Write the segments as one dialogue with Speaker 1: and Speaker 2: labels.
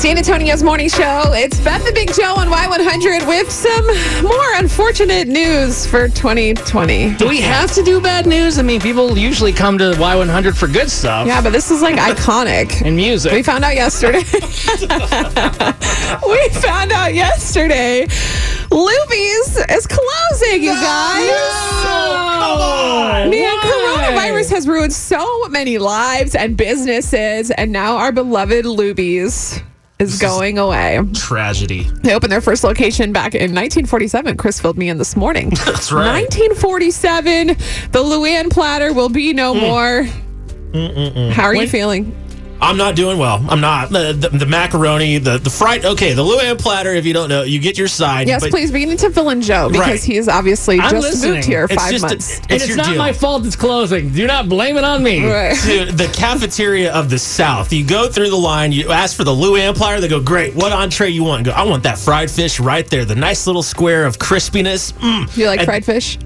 Speaker 1: San Antonio's morning show. It's Beth and Big Joe on Y100 with some more unfortunate news for 2020.
Speaker 2: Do we have to do bad news? I mean, people usually come to Y100 for good stuff
Speaker 1: Yeah, but this is like iconic.
Speaker 2: and
Speaker 1: We
Speaker 2: music.
Speaker 1: found out yesterday. we found out yesterday. Luby's is closing, you guys. Man, coronavirus has ruined so many lives and businesses, and now our beloved Luby's is going away.
Speaker 2: Tragedy.
Speaker 1: They opened their first location back in 1947. Chris filled me in this morning.
Speaker 2: That's right.
Speaker 1: 1947. The Luann platter will be no
Speaker 3: Mm.
Speaker 1: more. How are you feeling?
Speaker 3: I'm not doing well. I'm not. The, the, the macaroni, the, the fried. Okay, the Luann platter, if you don't know, you get your side.
Speaker 1: Yes,
Speaker 3: but
Speaker 1: please. We need to fill in Joe because
Speaker 3: Right.
Speaker 1: he has obviously
Speaker 2: I'm
Speaker 1: just
Speaker 2: listening.
Speaker 1: moved here
Speaker 3: It's
Speaker 1: five
Speaker 3: just. a-
Speaker 1: months.
Speaker 2: And
Speaker 3: it's
Speaker 2: it's
Speaker 3: your
Speaker 2: not
Speaker 3: deal.
Speaker 2: my fault it's closing. Do not blame it on me.
Speaker 1: right.
Speaker 3: Dude, the cafeteria of the South. You go through the line, you ask for the Luann platter. They go, great. What entree you want? Go, I want that fried fish right there. The nice little square of crispiness. Mm.
Speaker 1: You like
Speaker 3: And- Oh.
Speaker 1: fried fish?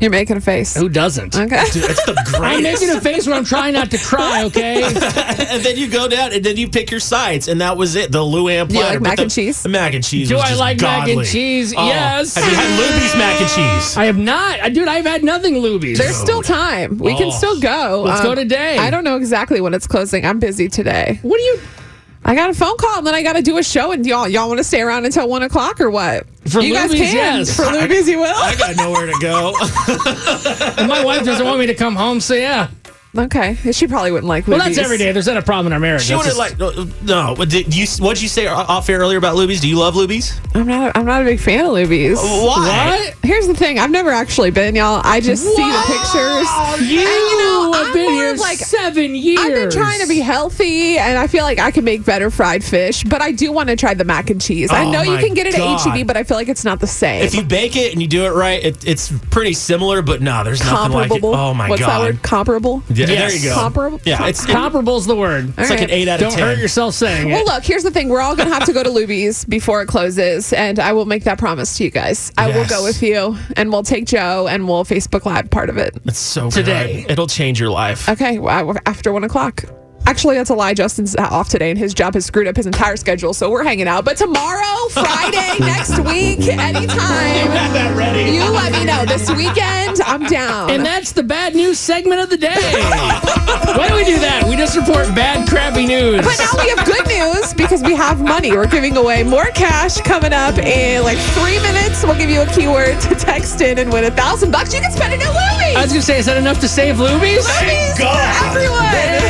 Speaker 1: You're making a face.
Speaker 2: Who doesn't?
Speaker 1: Okay.
Speaker 3: Dude, it's the
Speaker 2: I'm
Speaker 3: greatest.
Speaker 2: making a face when I'm trying not to cry, okay?
Speaker 3: and then you go down and then you pick your sides. And that was it. The Luann platter.
Speaker 1: you like
Speaker 3: But
Speaker 1: mac
Speaker 3: the-
Speaker 1: and cheese?
Speaker 3: The mac and cheese.
Speaker 2: Do
Speaker 3: was
Speaker 2: I
Speaker 3: just
Speaker 2: like mac and
Speaker 3: godly.
Speaker 2: cheese?
Speaker 3: Oh,
Speaker 2: Yes.
Speaker 3: Have you had Luby's mac and cheese?
Speaker 2: I have not. I- Dude, I've had nothing Luby's.
Speaker 1: There's still time. We can
Speaker 3: Oh.
Speaker 1: still go. Um,
Speaker 2: Let's go today.
Speaker 1: I don't know exactly when it's closing. I'm busy today.
Speaker 2: what do you
Speaker 1: I got a phone call and then I got to do a show. And y'all, y'all want to stay around until one o'clock or what?
Speaker 2: For
Speaker 1: you guys
Speaker 2: Luby's,
Speaker 1: can.
Speaker 2: yes.
Speaker 1: For Luby's, you will.
Speaker 3: I got nowhere to go.
Speaker 2: and my wife doesn't want me to come home, so yeah.
Speaker 1: Okay, she probably wouldn't like.
Speaker 2: Well,
Speaker 1: Luby's.
Speaker 2: that's every day. There's not a problem in our marriage.
Speaker 3: She
Speaker 2: That's
Speaker 3: wouldn't
Speaker 2: just-
Speaker 3: like no. no. What did you? What did you say off air earlier about Lubies? Do you love Lubies?
Speaker 1: I'm not. I'm not a big fan of Luby's.
Speaker 3: Why?
Speaker 2: What?
Speaker 1: Here's the thing. I've never actually been, y'all. I just see the pictures.
Speaker 2: You,
Speaker 1: know,
Speaker 2: have
Speaker 1: I'm
Speaker 2: been
Speaker 1: more
Speaker 2: here
Speaker 1: of like-
Speaker 2: seven years.
Speaker 1: I've been trying to be healthy, and I feel like I can make better fried fish, but I do want to try the mac and cheese. I
Speaker 3: Oh
Speaker 1: know you
Speaker 3: my
Speaker 1: can get it
Speaker 3: God.
Speaker 1: at HEB, but I feel like it's not the same.
Speaker 3: If you bake it and you do it right, it, it's pretty similar. But no, there's nothing like it.
Speaker 1: Comparable.
Speaker 3: Oh my
Speaker 1: What's that
Speaker 3: god.
Speaker 1: word? Comparable.
Speaker 3: Yeah,
Speaker 2: Yes.
Speaker 3: There you go.
Speaker 1: Comparable-
Speaker 3: Yeah, it's, it's
Speaker 2: Comparable's the word.
Speaker 1: All
Speaker 3: like an
Speaker 1: right.
Speaker 3: eight out of
Speaker 2: Don't
Speaker 3: ten.
Speaker 2: hurt yourself saying
Speaker 1: Well,
Speaker 2: it.
Speaker 1: look, here's the thing. We're all going to have to go to Luby's before it closes, and I will make that promise to you guys. I will
Speaker 3: Yes.
Speaker 1: go with you, and we'll take Joe, and we'll Facebook Live part of it.
Speaker 3: It's so good.
Speaker 2: Today.
Speaker 3: It'll change your life.
Speaker 1: Okay, well, after one o'clock. Actually, that's a lie. Justin's off today, and his job has screwed up his entire schedule, so we're hanging out. But tomorrow, Friday, next week, anytime,
Speaker 3: Have that ready.
Speaker 1: you let me know. This weekend, I'm down.
Speaker 2: And that's the bad news segment of the day.
Speaker 3: Ah.
Speaker 2: Why do we do that? We just report bad, crappy news.
Speaker 1: But now we have good news because we have money. We're giving away more cash coming up in like three minutes. We'll give you a keyword to text in and win a thousand bucks. You can spend it at
Speaker 2: I was
Speaker 1: Louis.
Speaker 2: gonna say, is that enough to save Luby's?
Speaker 1: Louis for
Speaker 3: God.
Speaker 1: everyone.